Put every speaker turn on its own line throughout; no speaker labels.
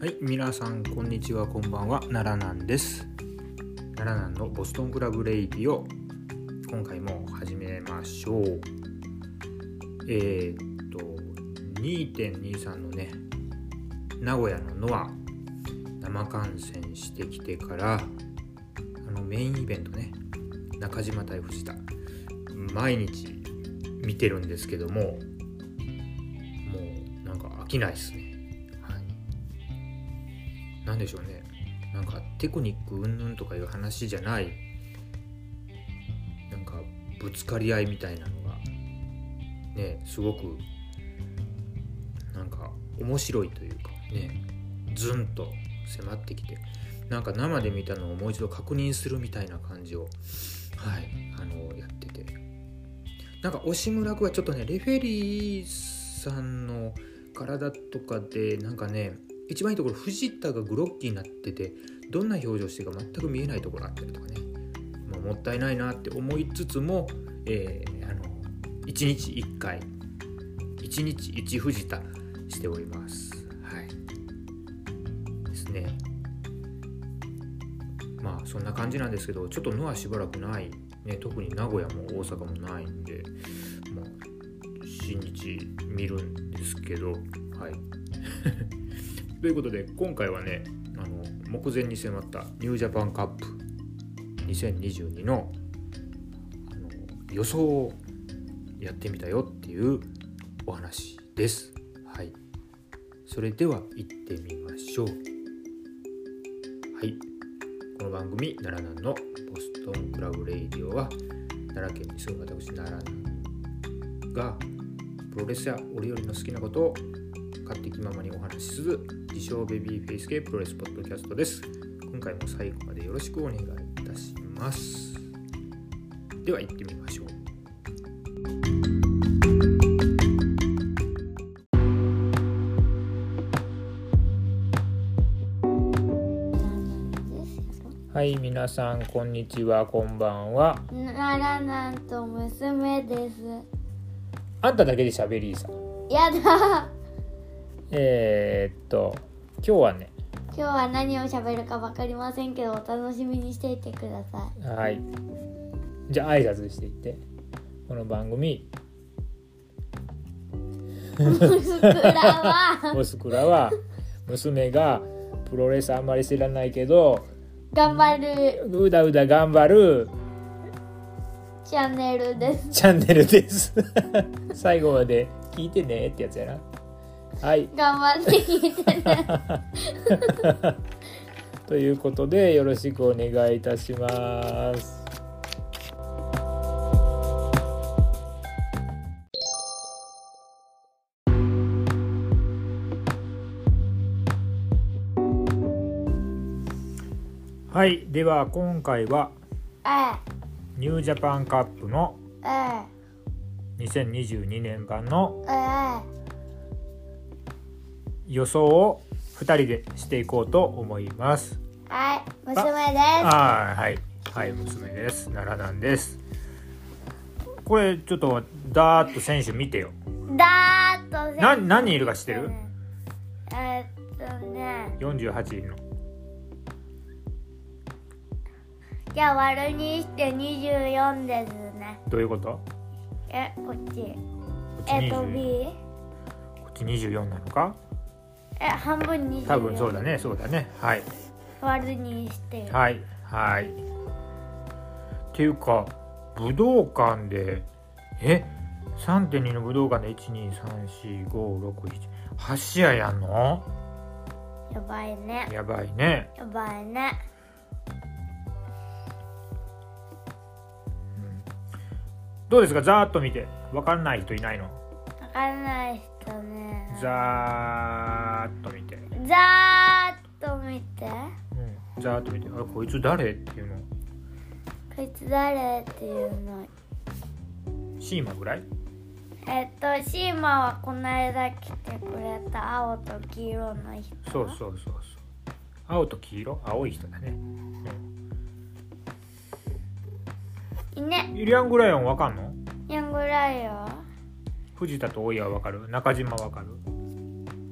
はい、皆さんこんにちは、こんばんは、奈良南です。奈良南のボストンクラブレイディを今回も始めましょう。えーっと2.23のね、名古屋のノア生観戦してきてからあのメインイベントね、中島対藤田毎日見てるんですけども、もうなんか飽きないですね。はい。なんでしょうねなんかテクニック云々とかいう話じゃないなんかぶつかり合いみたいなのがねすごくなんか面白いというかねズンと迫ってきてなんか生で見たのをもう一度確認するみたいな感じをはいあのやっててなんか押村君はちょっとねレフェリーさんの体とかでなんかね一番いいところ藤田がグロッキーになっててどんな表情してるか全く見えないところあったりとかね、まあもったいないなって思いつつも、えーあの1日1回1日1藤田しておりますはいですねまあそんな感じなんですけどちょっとノアしばらくない、ね、特に名古屋も大阪もないんでまあ新日見るんですけどはいということで今回はねあの目前に迫ったニュージャパンカップ2022のあの予想をやってみたよっていうお話です。はい、それでは行ってみましょう。はい、この番組「奈良南のボストンクラブレイディオは」奈良県に住む私奈良南がプロレスや折々の好きなことを勝手気ままにお話しする自称ベビーフェイス系プロレスポッドキャストです今回も最後までよろしくお願いいたしますでは行ってみましょうはい皆さんこんにちはこんばんは
ならなんと娘です。
あんただけで喋りさ
やだ。今
えー、っと今日はね
日は何を喋るかわかりませんけど、お楽しみにしていてくださ
はいじゃあ挨拶していってこの番組
い。ふくらは
オスクラは娘がプロレスあんまり知らないけど
頑張る
うだうだ頑張る
チャンネルです。
チャンネルです 最後まで聞いてねってやつやなはい
頑張って聞いてね。
ということでよろしくお願いいたしますはいでは今回は
え
ニュージャパンカップの
え、え
2022年版の
え、え
予想を2人でしていこうと思います。
え、はい、娘で
あーはいはい娘です奈良なんですこれちょっとダーッと選手見てよ
す。だーっとね
な何人いるか知ってる
えーっとね、
48位の
じゃあ割るにして24ですね。
どういうこと
え、こっち。
こっち
えっと
20
B?
こっち24なのか
え、半分に
多分そうだねそうだねはい
割るにして。
はいはいっていうか武道館でえ3.2の武道館で123456788試合やんの
やばいね。
やばいね
やばいね。
どうですかざーっと見て分かんない人いないの
わかんない人ね。
ざーっと見て、
ざーっと見て。
うん、ざーっと見てあこいつ誰っていうの
こいつ誰っていうの。
シーマぐらい
えっと、シーマはこの間来てくれた青と黄色の人。
そうそうそうそう青と黄色青い人だね、
いね
う。ん、イリアン・グライオン分かんの
ヤングライオン。
藤田と大井は分かる中島分かる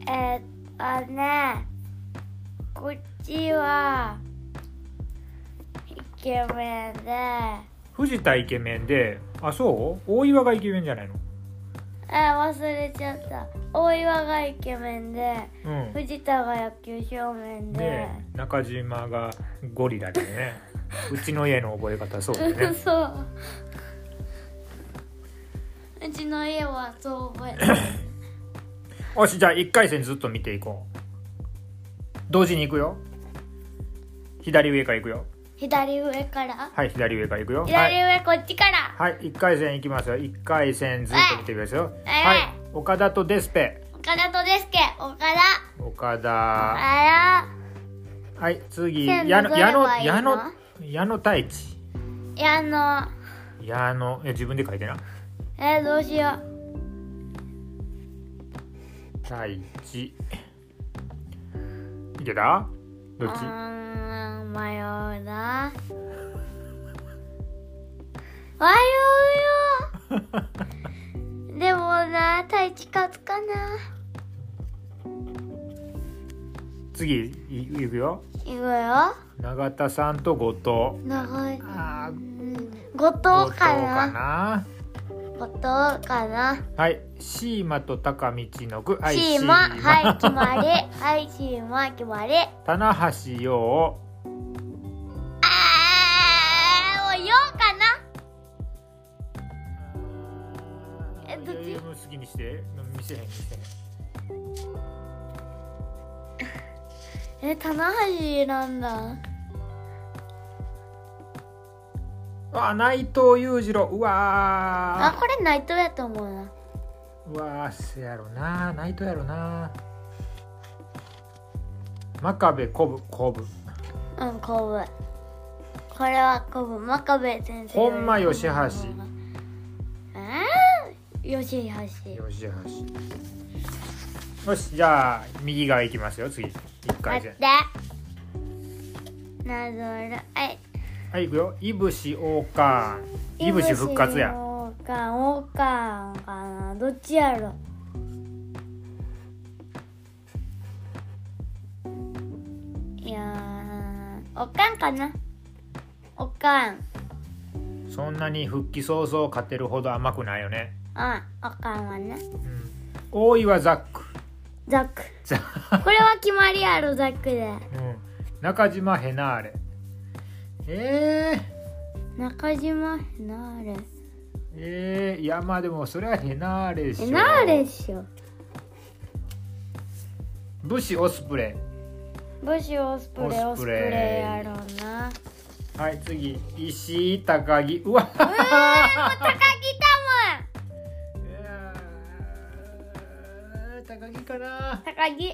えっとね。こっちはイケメンで
藤田イケメンであそう大岩がイケメンじゃないの
あ忘れちゃった大岩がイケメンで
うん
藤田が野球少年で
で中島がゴリラでねうちの家の覚え方そうだね
そううちの家はそう覚えてる
よしじゃあ1回戦ずっと見ていこう同時に行くよ左上から行くよ
左上から
はい左上から行くよ
左
はい、
上こっちから
はい、1回戦行きますよ1回戦ずっと見てみますよ
はい
はい岡田とデスペ
岡田とですけ岡田
岡
あ
田
ら
はい次矢
線
野
どれが
矢野
いいの
矢野矢野太一
いやあの
矢野え自分で書いてな
えーどうしよう
太一いけたどっ
う
ち
ーん迷うな迷うよでもな太一勝つかな
次いいくよ
いくよ
永田さんと後藤
長い
あ
う
ー
ん後
後
藤
藤
か
か
な
な
後藤かな
はいシーマと高道の句はい
チーマはい決ま
り
りはいチーマ決まり
棚橋
あ
陽
ーもうようかなえどっち
余裕も好きにして見せへん見せへん
え棚橋なんだ
あ内藤裕次郎うわー
あこれ内藤やと思うな
うわーせやろなナイトやろな真壁コブコブ
うん、コブ。これはコブ、真壁先生。
ほんま吉橋
ええー、吉橋。
よしよしよしじゃあ右側行きますよ次一回
待っ
戦
て。なぞら、え、
はい行くよいぶし王冠いぶし復活や
王冠、王冠かな、どっちやろ。いやー、おかんかな。おかん。うん、
そんなに復帰早々勝てるほど甘くないよね、
おかんはね。
うん、大岩ザック
ザック。
ザッ
これは決まりやろ、ザックで。
ク、うん、中島ヘナーレえー、
中島ヘナーレ
えー、いやまあでもそれはヘナーレでしょ
ヘナーレっしょ
武士オスプレイ
武士オスプレイ
オ
オス
スプ
プ
レイ
レイやろうな
はい次石井高木うわ
うわーもう高木た
いやー 高木かな
もん高木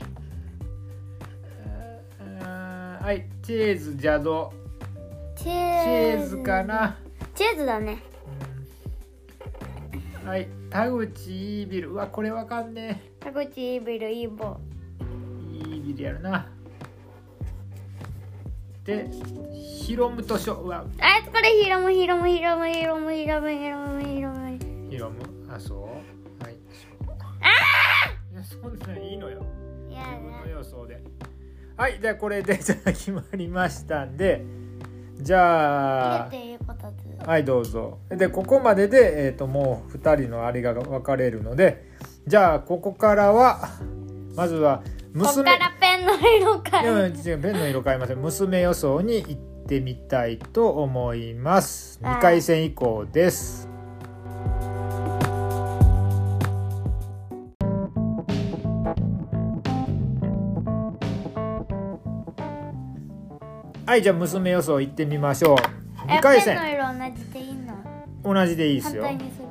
あーはいチェーズジャド
チ
チ
ェ
ェーズかな、
チェーズだね
うんはい田口イービルうわこれわかんね
田口イービルイーボ
えイービルやるなでヒロムとショうわ
あいつこれヒロムヒロムヒロムヒロムヒロムヒロムヒロム
ヒロムあそうはいいやそんなんいいのよ
いや
自分の
だ
予想ではいじゃあこれでじゃあ決まりましたんでじゃあ
っていうことです
はいどうぞでここまでで、えー、ともう2人のあれが分かれるのでじゃあここからはまずは
こっ
娘
からペンの色 か
いやい
ら
や違うペンの色変えません娘予想に行ってみたいと思います
はい
2回戦以降ですはいじゃあ娘予想行ってみましょう2回
えペンの
戦
色同じでいいの
同じでいいです
反
よ
対にす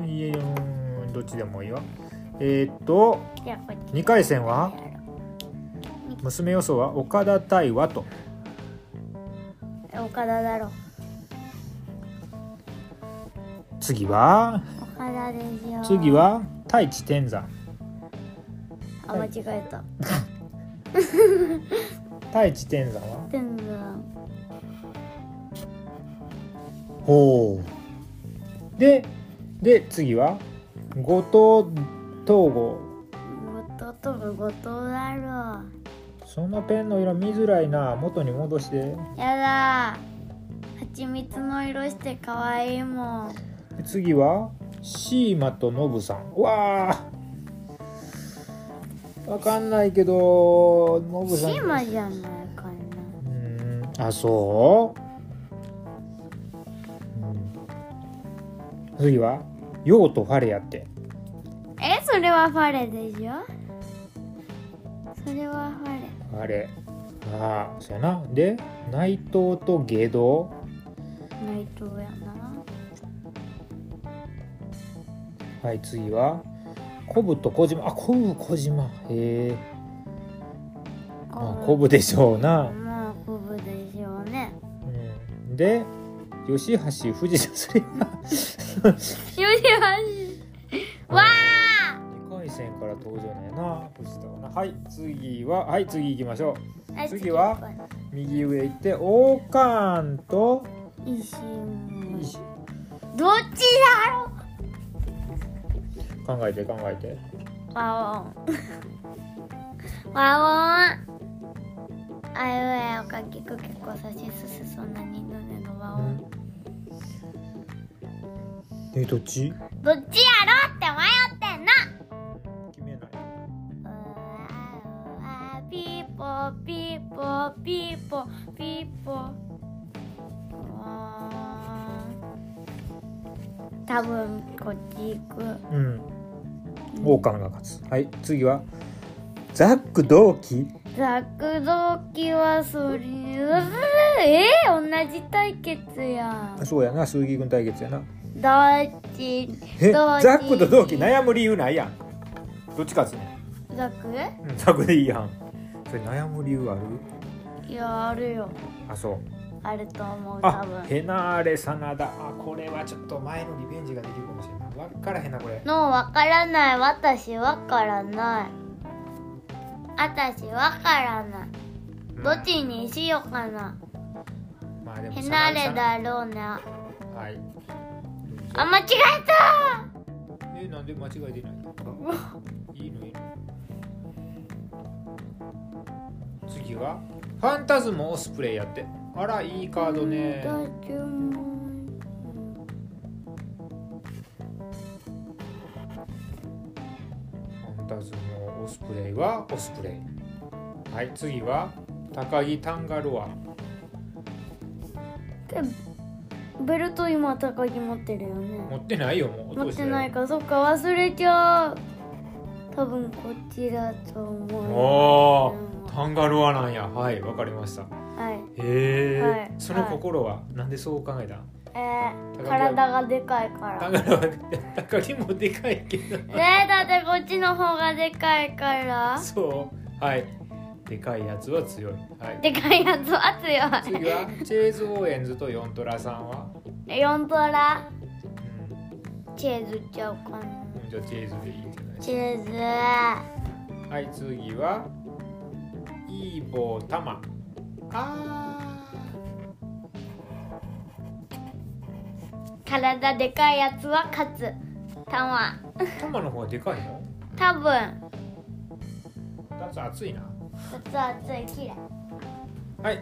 る
いやうーんどっちでもいいよえーっと
じゃあこっち
2回戦は
やろ
娘予想は岡田対和と
う岡田だろう
次は
岡田ですよ
次は太一天山
あ間違えた。
太一天山は
天山。
ほうでで次は後藤東郷
後藤とか後藤だろう。
そのペンの色見づらいな元に戻して
やだ蜂蜜の色して可愛いもん
次はシーマとノブさんうわあわかんないけどノブ
シ
さん
ーマじゃないかな
うーんあそう、うん次はヨウとファレやって
えそれはファレでしょそれはファレ
あれああそうやなで内藤と外道
内藤やな
はい次はコブと小島あコブ小島へえまあコブでしょうな、
まあコブでしょうね
うん、で吉橋藤田それは
よりはしわあ
2回戦から登場なんやな藤田はなはい次ははい次行きましょ次はう右上行って王冠と
石村
石
どっちだろう
考えて考えて
和音和音あいうえおかきくけこさしすすそんなにのねの和音
えどっち
どっちやろうって迷ってんの
決めない
あーピーポーピーポーピーポーピーポーあー多分こっち行く
うん王冠が勝つはい次はザック同期
ザクドキはそれえー、同じ対決やん
あそうやな鈴木君対決やな
どっち
え
どっち
ザックと同期悩む理由ないやんどっち勝つね
ザク
んザックでいいやんそれ悩む理由ある
いやあるよ
あそう
あると思う多
あ
分
ヘナーレサナダあこれはちょっと前のリベンジができるかもしれないわからへんなこれ
のわからない私わからない私わからないどっ、ちにしようかな。
うんまあで
へ
も
なれ
サナダサ
だろうな。
ナダはい
あ、間違えた
えなんで間違い出ない いいのいいの次はファンタズムオスプレイやってあらいいカードねファンタズムオスプレイはオスプレイはい次は高木タンガロア
ベルト今高木持ってるよ
持
ね。
ってないよもう
持ってない
か
か、そっか、忘れちゃう。多分こっちだと思
お
う。
ータンガロアなんやはいわかりました
はい。
へえ、
はい
その心は、なんでそう考えたん
えー、体がでかいか
タン
ら。
ガロア高木もでかいけど
ねえ、だってこっちの方がでかいから。
そうはいでかいやつは強い、はい、
でかいやつは強
次はチェーズ・オーエンズとヨントラさんは、
い。4トラ、
う
チェーズちゃうかな。
ん、じゃあチェーズでいいんじゃないです
チーズ
かはい次はイーボー・タマあ
体でかいやつは勝つたま
ータマの方がでかいの
多分
だつ熱いな
熱々きれい
はい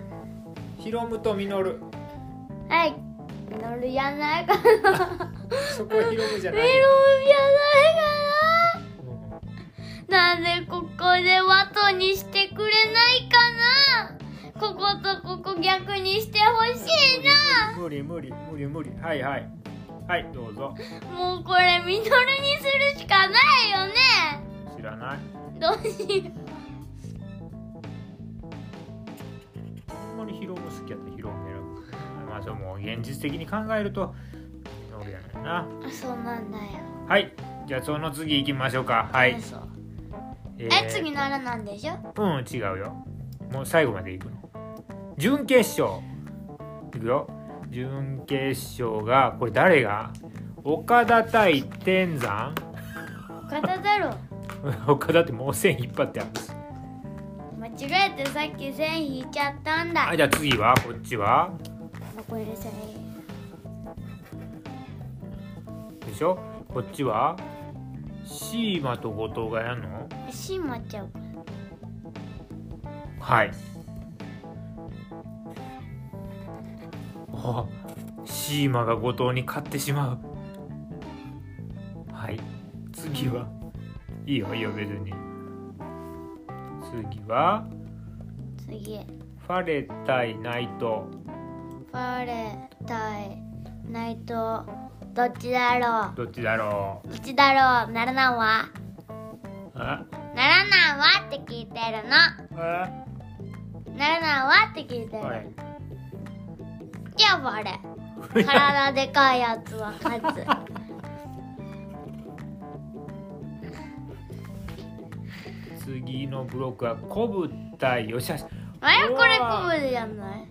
ヒロムとミノル
はい乗るやないかな
そこはヒロムじゃ
メ
な
ロ
い
ンやないかな
うん
なんでここでワトにしてくれないかなこことここ逆にしてほしいな
無理無理無理無理はいはいはいどうぞ
もうこれミノルにするしかないよね
知らない
どうしよう
ほんまにヒロム好きやったらヒロム選ぶまあでも現実的に考えるとヒロムやないな
あそうなんだよ
はいじゃあその次行きましょうかはい
そう
え
え次ならなんでしょ
うん違うよもう最後まで行くの準決勝いくよ準決勝がこれ誰が岡田対天山
肩だろう
岡田ってもう線引っ張ってあるんです
間違えてさっき線引いちゃったんだ
はいじゃあ次はこっちは
どこ入れたらいい
でしょこっちはシーマと後藤がやんの
シーマちゃうか
はいおシーマが後藤に勝ってしまうはい次はいいよいいよ別に次は
次
ファレ対ナイト
バレたいないとどっちだろ
どっちだろ
うどっちだろうならないわ
うあ
ならないわって聞いてるの
あ
ならないわって聞いてる、
はい
じゃあバ レ体でかいやつは勝つ
次のブロックはコブ対よしゃし
あれこれコブじゃない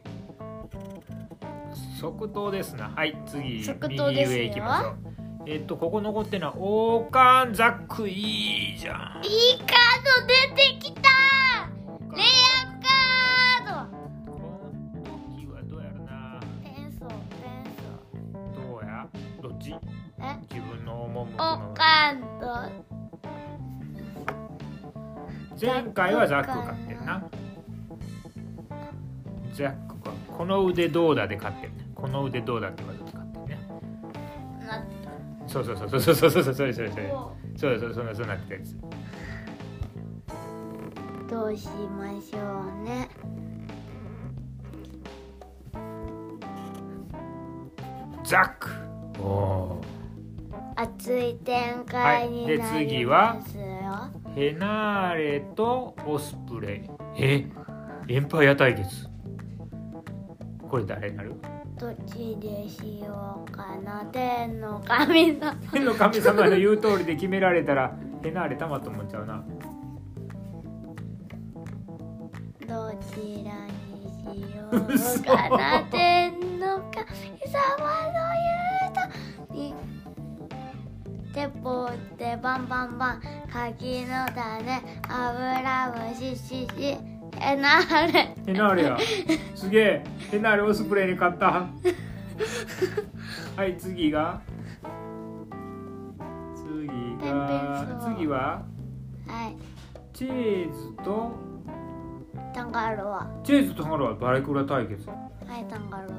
即答ですなはい次
即答ですよ
右上行きましょうえっとここ残ってるのは王冠ザックいいじゃん
いいカード出てきたレアカード
この時はどうやるな
ペンソーペンソー
どうやどっち
え
自分の思うも
お
の
かんと
前回はザックが勝ってるなザックはこの腕どうだで勝ってるねこの腕どうだって言われて勝ってるね
なっ
そうそうそうそうそうそうそうそうそう
て
そうそうそうそうなってたやつ
どうしましょうね
ザックおお
熱い展開にな
はいで次
り
は
ますよ、
ヘナーレとオスプレイえエンパイア対決これ誰になる
どっちでしようかな天の神様
天の神様の言う通りで決められたらヘナーレたまと思っちゃうな
どちらにしようかな天の神様の言うとり鉄砲ってバンバンバン柿の種油をしししえなあれ
ヘナーレやすげえヘナーレオスプレイに勝ったはい次が
ペン
次が
ペンソー
次は
はい
チーズと
タンガロア
チーズとハロはバレクラ対決
はいタンガロ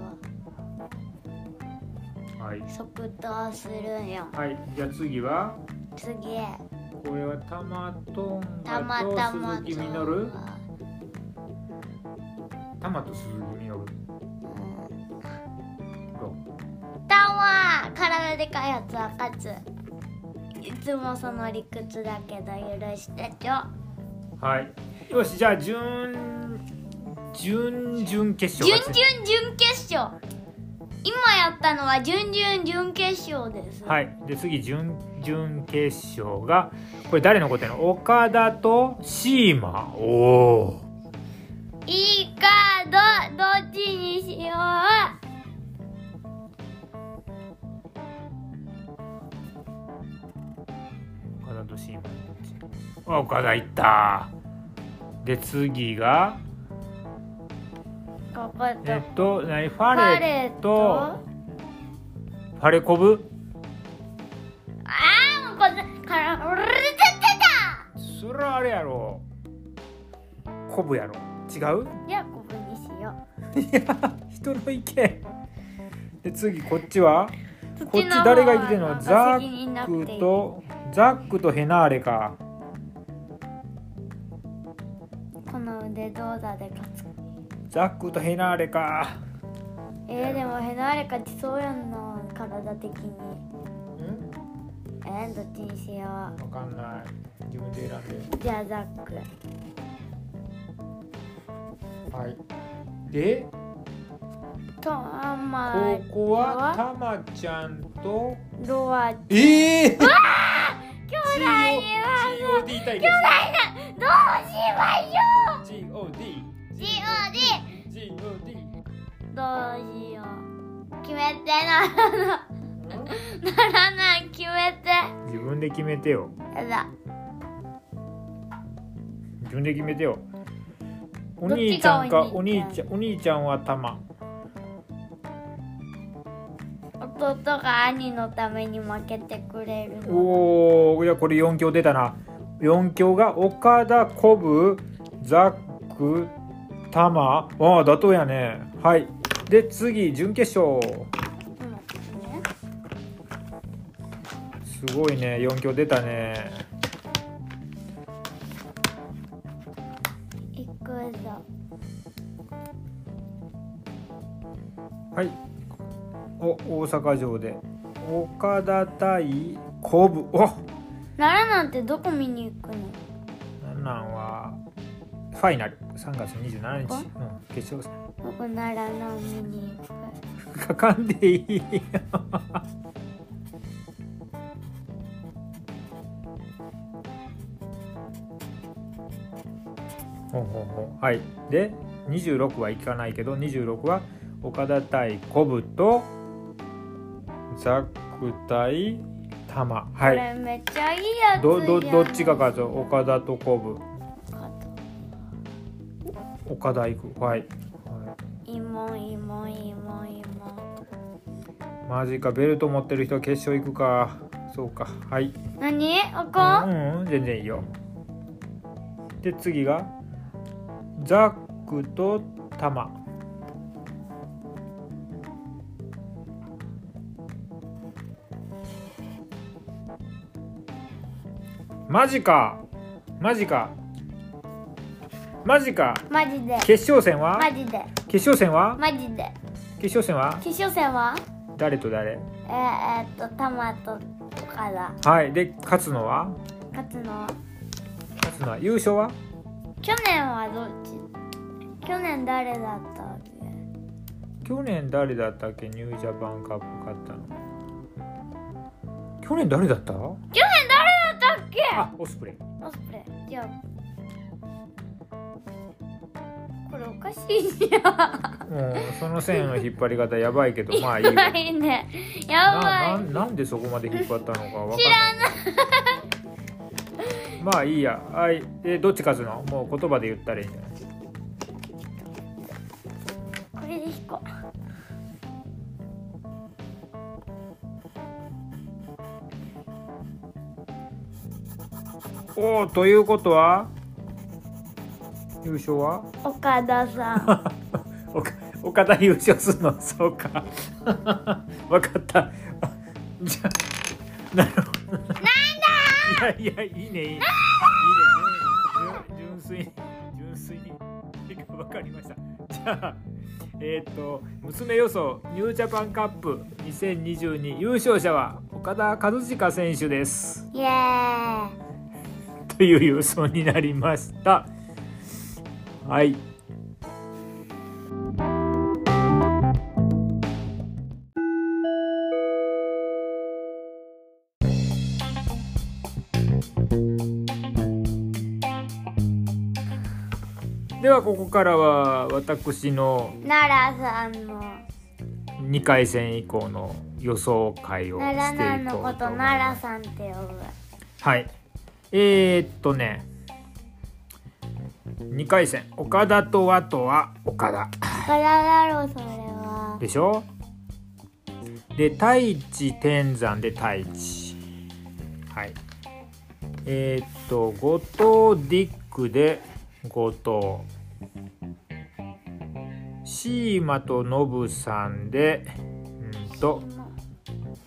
はい
ア即答するんよ
はいじゃあ次は
次
これはたまとん
たま
がと
たま
鈴木みのるたまと鈴木みの
う
る
ん
どう
タンは体でかいやつは勝ついつもその理屈だけど許してちょ
はいよしじゃあ準準々決
準
勝
々準決勝今やったのは準々準決勝です、
はいで次準準決勝がこれ誰のことやの岡田とシーマおお
いいカードどっちにしよう
岡田とシーマあ岡田いったで次が
ここと
えっと何フ
パ
ァレ
レッ
と
ト
ファレコブ
ああもうこれからうるててた
それはあれやろコブやろ違う
じゃあここにしよう
いや人の意見で次こっちは
そ
こっち誰が言ってんのザック
と
とザックとヘナーレか
この腕どうだで勝つ
ザックとヘナーレか
えー、でもヘナーレ勝ちそうやんな体的に
ん
えー、どっちにしよう
分かんない自分で選んで
じゃあザック
はいで
とあんま
ここは
は
たまちゃんと
ロア兄
ええー、
弟は
GOD 対決
どうしましょ
GOD
う GOD
GOD
どうしよう決めてならなならない決めて
自分で決めてよ
やだ
自分で決めてよお
どっ
兄
ち
ちゃ
が
んかお
お
兄
兄
ち
ち
ゃんお兄ちゃんはたま
弟が兄のために負けてくれるの
おおいやこれ4強出たな4強が岡田コブザックタマああ妥当やねはいで次準決勝すごいね4強出たね
行くぞ
はいお大阪城で岡田対コブお
奈良なんてどこ見に行くの
なんなんはファイナル3月27日、
こ
うん、決勝戦
どこ奈良の見に行く
かかんでいいよほうほうほうはいで26はいかないけど26は岡田対コブとザック対タマ
こ
はい
れめっちゃいいやつ
どど
じゃん
どっちが勝つ岡田とコブ岡田行くはい、はい
もいもいもいも
い、マジかベルト持ってる人は決勝行くかそうかはい
何おこ
う、ん、うん、全然いいよで次がザックとタママジかマジかマジか
マジで
決勝戦は
マジで
決勝戦は
マジで
決勝戦は
決勝戦は
誰と誰
えー、えーっとタマと岡田
はいで勝つのは
勝つのは
勝つのは優勝は
去年はどっち去年誰だったわけ
去年誰だったっけニュージャパンカップ勝ったの去年誰だった
去年誰だったっけ
あオスプレイ
オスプレイじゃあこれおかしいじゃん
うんその線の引っ張り 方やばいけどまあいいわ
やばいねや
なな
ばい
なんでそこまで引っ張ったのかわからないまあいいやはいえどっち勝つのもう言葉で言ったらいいんじゃない
これで引こう
おおということは優勝は
岡田さ ん
おか岡田優勝するのそうかわかったあじゃあなるほどなんだいやいやいいねいいねいいね純純粋に純粋にてかわかりましたじゃあえっ、と娘予想ニュージャパンカップ2022優勝者は岡田和親選手です
イエーイ
という予想になりました。はい。ではここからは私の
奈良さんの
2回戦以降の予想会をしていこうと思います
奈良さんのこと奈良さんって呼ぶ
はい。えー、っとね、2回戦、岡田とワトは岡田
岡田だろうそれは
でしょで、太一天山で太一。はい。えー、っと、後藤ディックで後藤。シーマとノブさんで、うんと、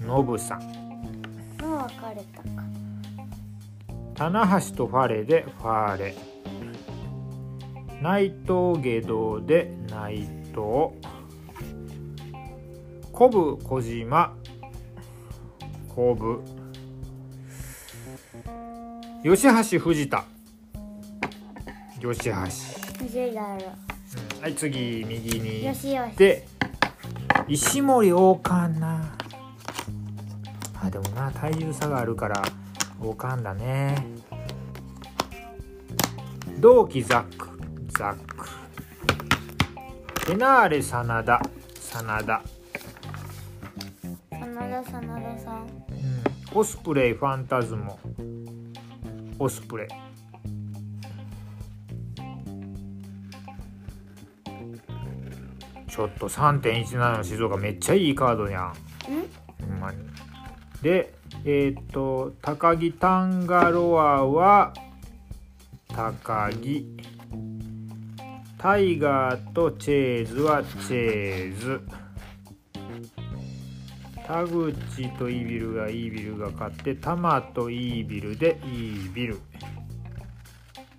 ノブさん。
もう別れたか
棚橋とファレでファーレ内藤下道で内藤コブ小島コブ吉橋藤田吉橋、
藤井だろ
はい次右に
よしよし
で石森王冠なあでもな体重差があるから王冠だね同期ザックザックフェナーレ真田真田、
真田真田さん
うん、オスプレイファンタズモオスプレイちょっと3.17の静岡めっちゃいいカードやん
ん
ほんまに。で、えっ、と、高木タンガロアは、高木。タイガーとチェーズはチェーズ田口とイービルがイービルが勝ってタマとイービルでイービル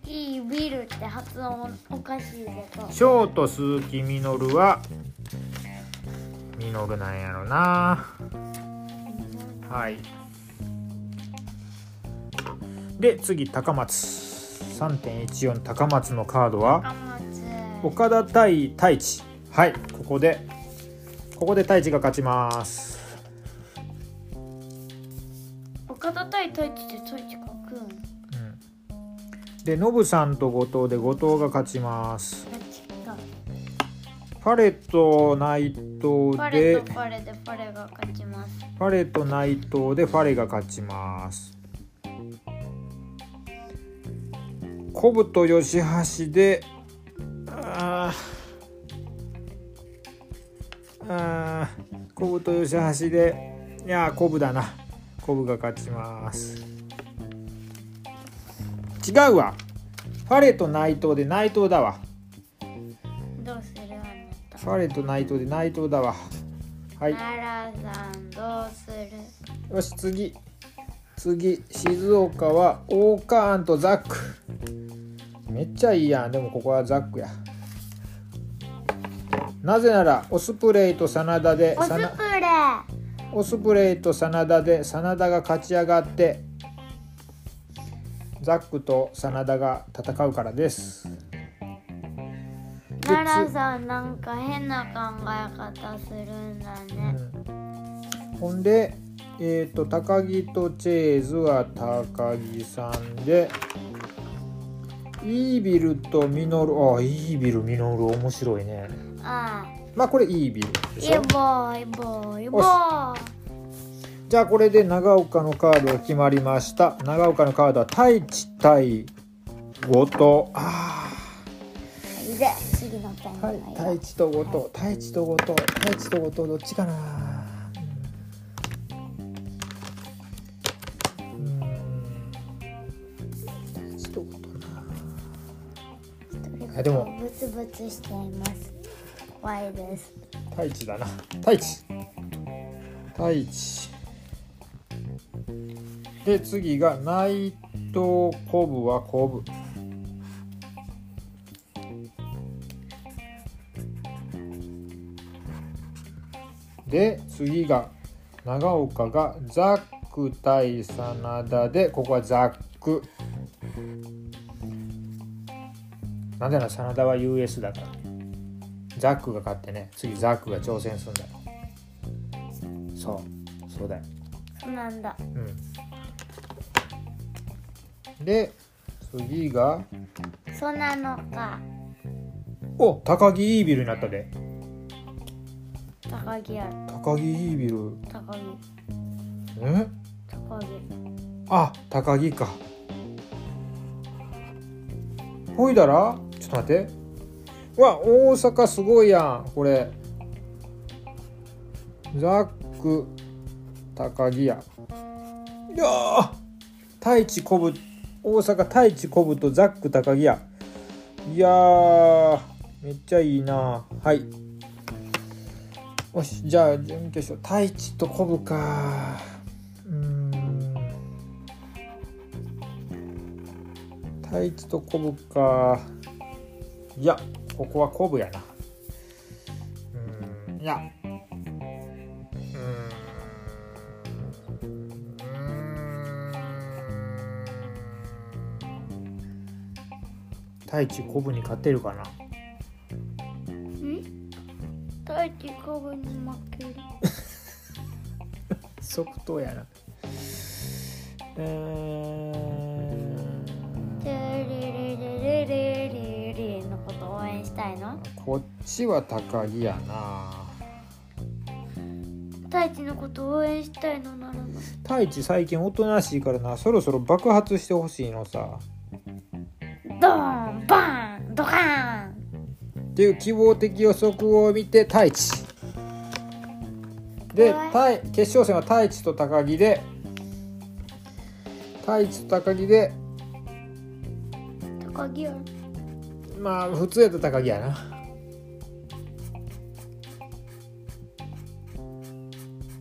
いいビルって発音おかしいけど
ショート鈴木みのるはみのるなんやろなはいで次高松3.14高松のカードは
高松
岡田対太一はいここでここで太一が勝ちます
岡田対太一って太一かくん
うんでノブさんと後藤で後藤が勝ちます
どっちか
パレット内
パ
藤
レ
で
とパレでパレが勝ちます
ファレと内藤でファレが勝ちますコブと吉橋であーあーコブと吉橋でいやーコブだなコブが勝ちます違うわファレと内藤で内藤だわ
どうするあなた
ファレと内藤で内藤だわはい
奈良さんどうする
よし次次静岡はオーカーンとザックめっちゃいいやんでもここはザックやなぜならオスプレイと真田で
オスプ
さ
レイ
なオスプレイと真田で真田が勝ち上がってザックと真田が戦うからです
奈良さんなんか変な考え方するんだね
うんほんで、えー、と高木とチェーズは高木さんでイービルとミノルあイービルミノル面白いね
ああ
まあこれイービルで
イ
しょ
ボーイボーイボー
じゃあこれで長岡のカードが決まりました長岡のカードは太一対後藤あ
で次のペン
ーはい太一と後藤太一と後藤太一と後藤どっちかなうんうん太一と後藤なあでも
ブツブツしています怖いです
太一だな太一太一で次が内藤コブはコブで次が長岡がザック対真田でここはザックなんでなら真田は US だからザックが勝ってね次ザックが挑戦するんだよそうそうだよ
そうなんだ
うんで次が
そうなのか
お高木イービルになったで
高木や
高木イービル
高木
え
高木
あ高木かほいだらちょっと待ってうわ大阪すごいやんこれザック高木やいやー太一こぶ大阪太一こぶとザック高木やいやーめっちゃいいなはいよしじゃあ準決勝太一とこぶかうーん太一とコブかいやここはコブやなうーんいやうーんうーん太一コブに勝てるかなん
太一コブに負ける
即答やなうーん
テレレレレレレレのこと応援したいの
こっちは高木やな
太一のこと応援したいのならの
太一最近おとなしいからなそろそろ爆発してほしいのさ
ドーンバーンドカーン
っていう希望的予測を見て太一で太決勝戦は太一と高木で太一と高木で
高木や
うまあ普通やったら高木やな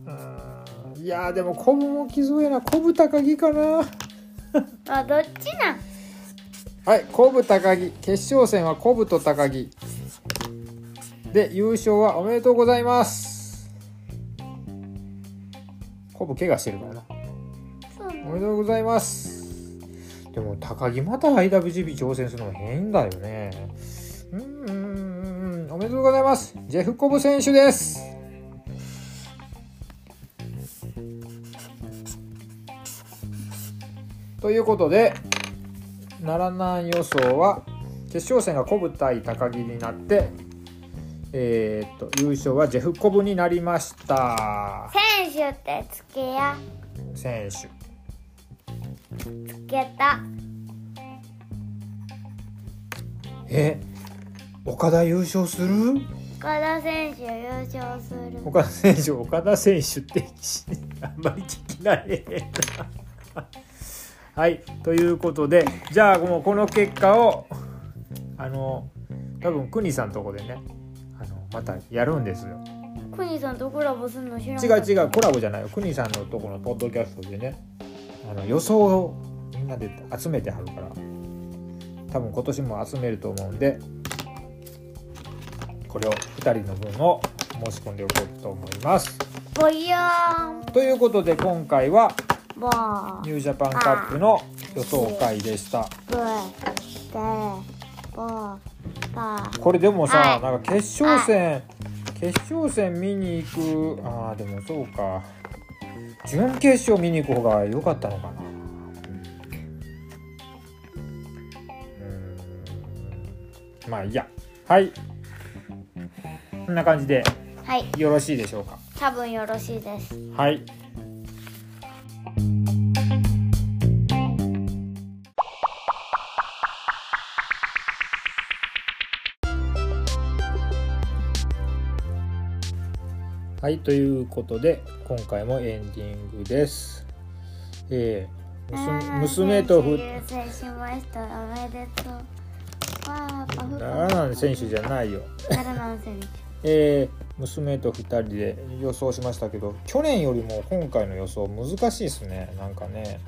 あーいやーでもコブも気づえなコブ高木かな
あどっちなん
はいコブ高木決勝戦はコブと高木で優勝はおめでとうございますコブ怪我してるからな
そう
おめでとうございます。でも高木また IWGP 挑戦するの変だよね。うーん、おめでとうございます。ジェフコブ選手です。ということで、奈良南予想は決勝戦がコブ対高木になって、えーっと優勝はジェフコブになりました。
選手ってつけや
選手。
つけた
え岡田優勝する
岡田選手優勝する
岡田選手岡田選手ってあんまり聞き慣れへんな はいということでじゃあもうこの結果をあの多分国さんとこでねあのまたやるんですよ
クニさんとコラボするの知らん
違う違うコラボじゃないよ国さんのとこのポッドキャストでねあの予想をみんなで集めてはるから多分今年も集めると思うんでこれを2人の分を申し込んでおこうと思います
ボイヨーン
ということで今回は
ボー
ニュージャパンカップの予想会でした
ブでボーパ
これでもさ、
はい
なんか決勝戦、決勝戦見に行くああでもそうか準決勝見に行く方が良かったのかなうんまあいいやはいこんな感じで
ーはい
よろしいでしょうか
多分よろしいです
はいはいということで今回もエンディングですえー娘娘とふ
優勝しましたおめでとうわーパフ
あ
パ
ー選手じゃないよ
フカラナン選手
えー娘と2人で予想しましたけど去年よりも今回の予想難しいですねなんかね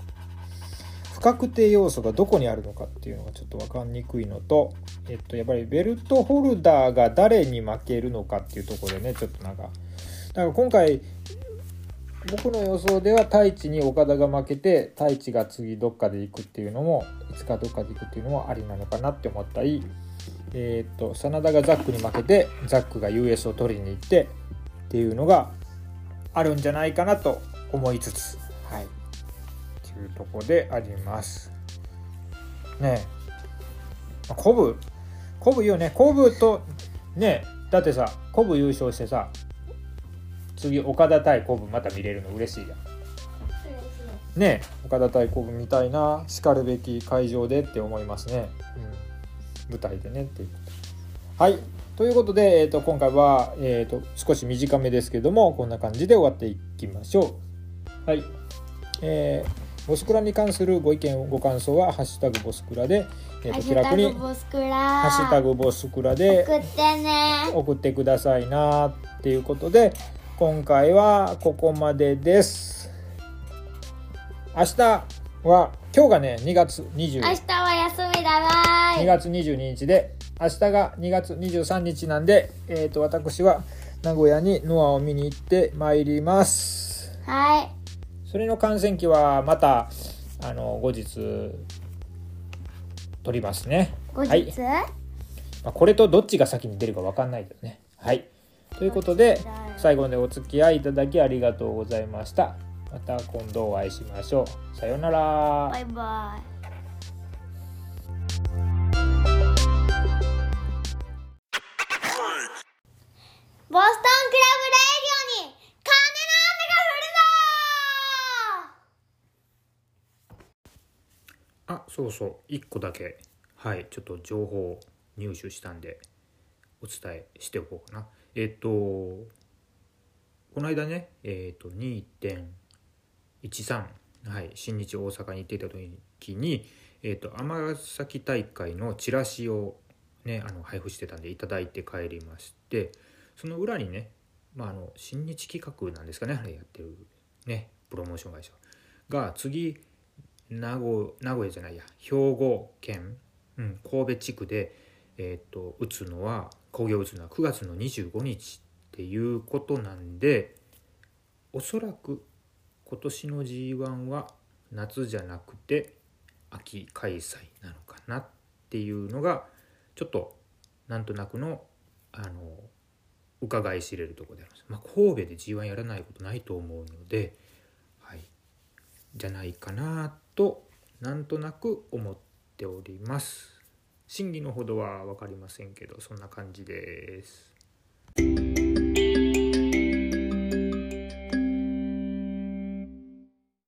不確定要素がどこにあるのかっていうのがちょっと分かりにくいのと、えっと、やっぱりベルトホルダーが誰に負けるのかっていうところでねちょっとなんかだから今回僕の予想では太一に岡田が負けて太一が次どっかで行くっていうのもいつかどっかで行くっていうのもありなのかなって思ったりえーっと真田がザックに負けてザックが US を取りに行ってっていうのがあるんじゃないかなと思いつつはいっていうとこでありますねえまあコブコブいいよねコブとねえだってさコブ優勝してさ次岡田対コブまた見れるの嬉しいじゃんねえ岡田対コブみたいなしかるべき会場でって思いますね、うん、舞台でねっていうことはいということで、えー、と今回は、えー、と少し短めですけどもこんな感じで終わっていきましょうはいえーボスクラに関するご意見ご感想は「ハッシュタグボスクラで」えー
ハッ
と
シ
気
ュタ
楽に
グ
「
ボスクラ
ハッシュタグボスクラ」で
送ってね
送ってくださいなっていうことで今回はここまでです明日は今日がね2月20
明日は休みだわー
2
い
月22日で明日が2月23日なんで、えー、と私は名古屋にノアを見に行ってまいります
はい
それの観戦記はまたあの後日撮りますね
後
は
日
いまあ、これとどっちが先に出るか分かんないけどね。はい、ということ
ど
で
っちだろう
最後までお付き合いいただきありがとうございました。また今度お会いしましょう。さようなら。
バイバイボストンクラブレイディオに金の雨が降るぞ
あそうそう1個だけはいちょっと情報を入手したんでお伝えしておこうかなえっ、とこの間ねえっ、と2.13はい新日大阪に行っていた時にえっ、と尼崎大会のチラシをね、あの配布してたんでいただいて帰りましてその裏にね、まあ、あの新日企画なんですかねあれやってる、ね、プロモーション会社が次名古名古屋じゃないや兵庫県、うん、神戸地区で、えー、と打つのは工業打つのは9月の25日っていうことなんでおそらく今年の g 1は夏じゃなくて秋開催なのかなっていうのがちょっとなんとなくのあの伺い知れるところであります、まあ、神戸で g 1やらないことないと思うので、はい、じゃないかなとなんとなく思っております真偽のほどは分かりませんけどそんな感じです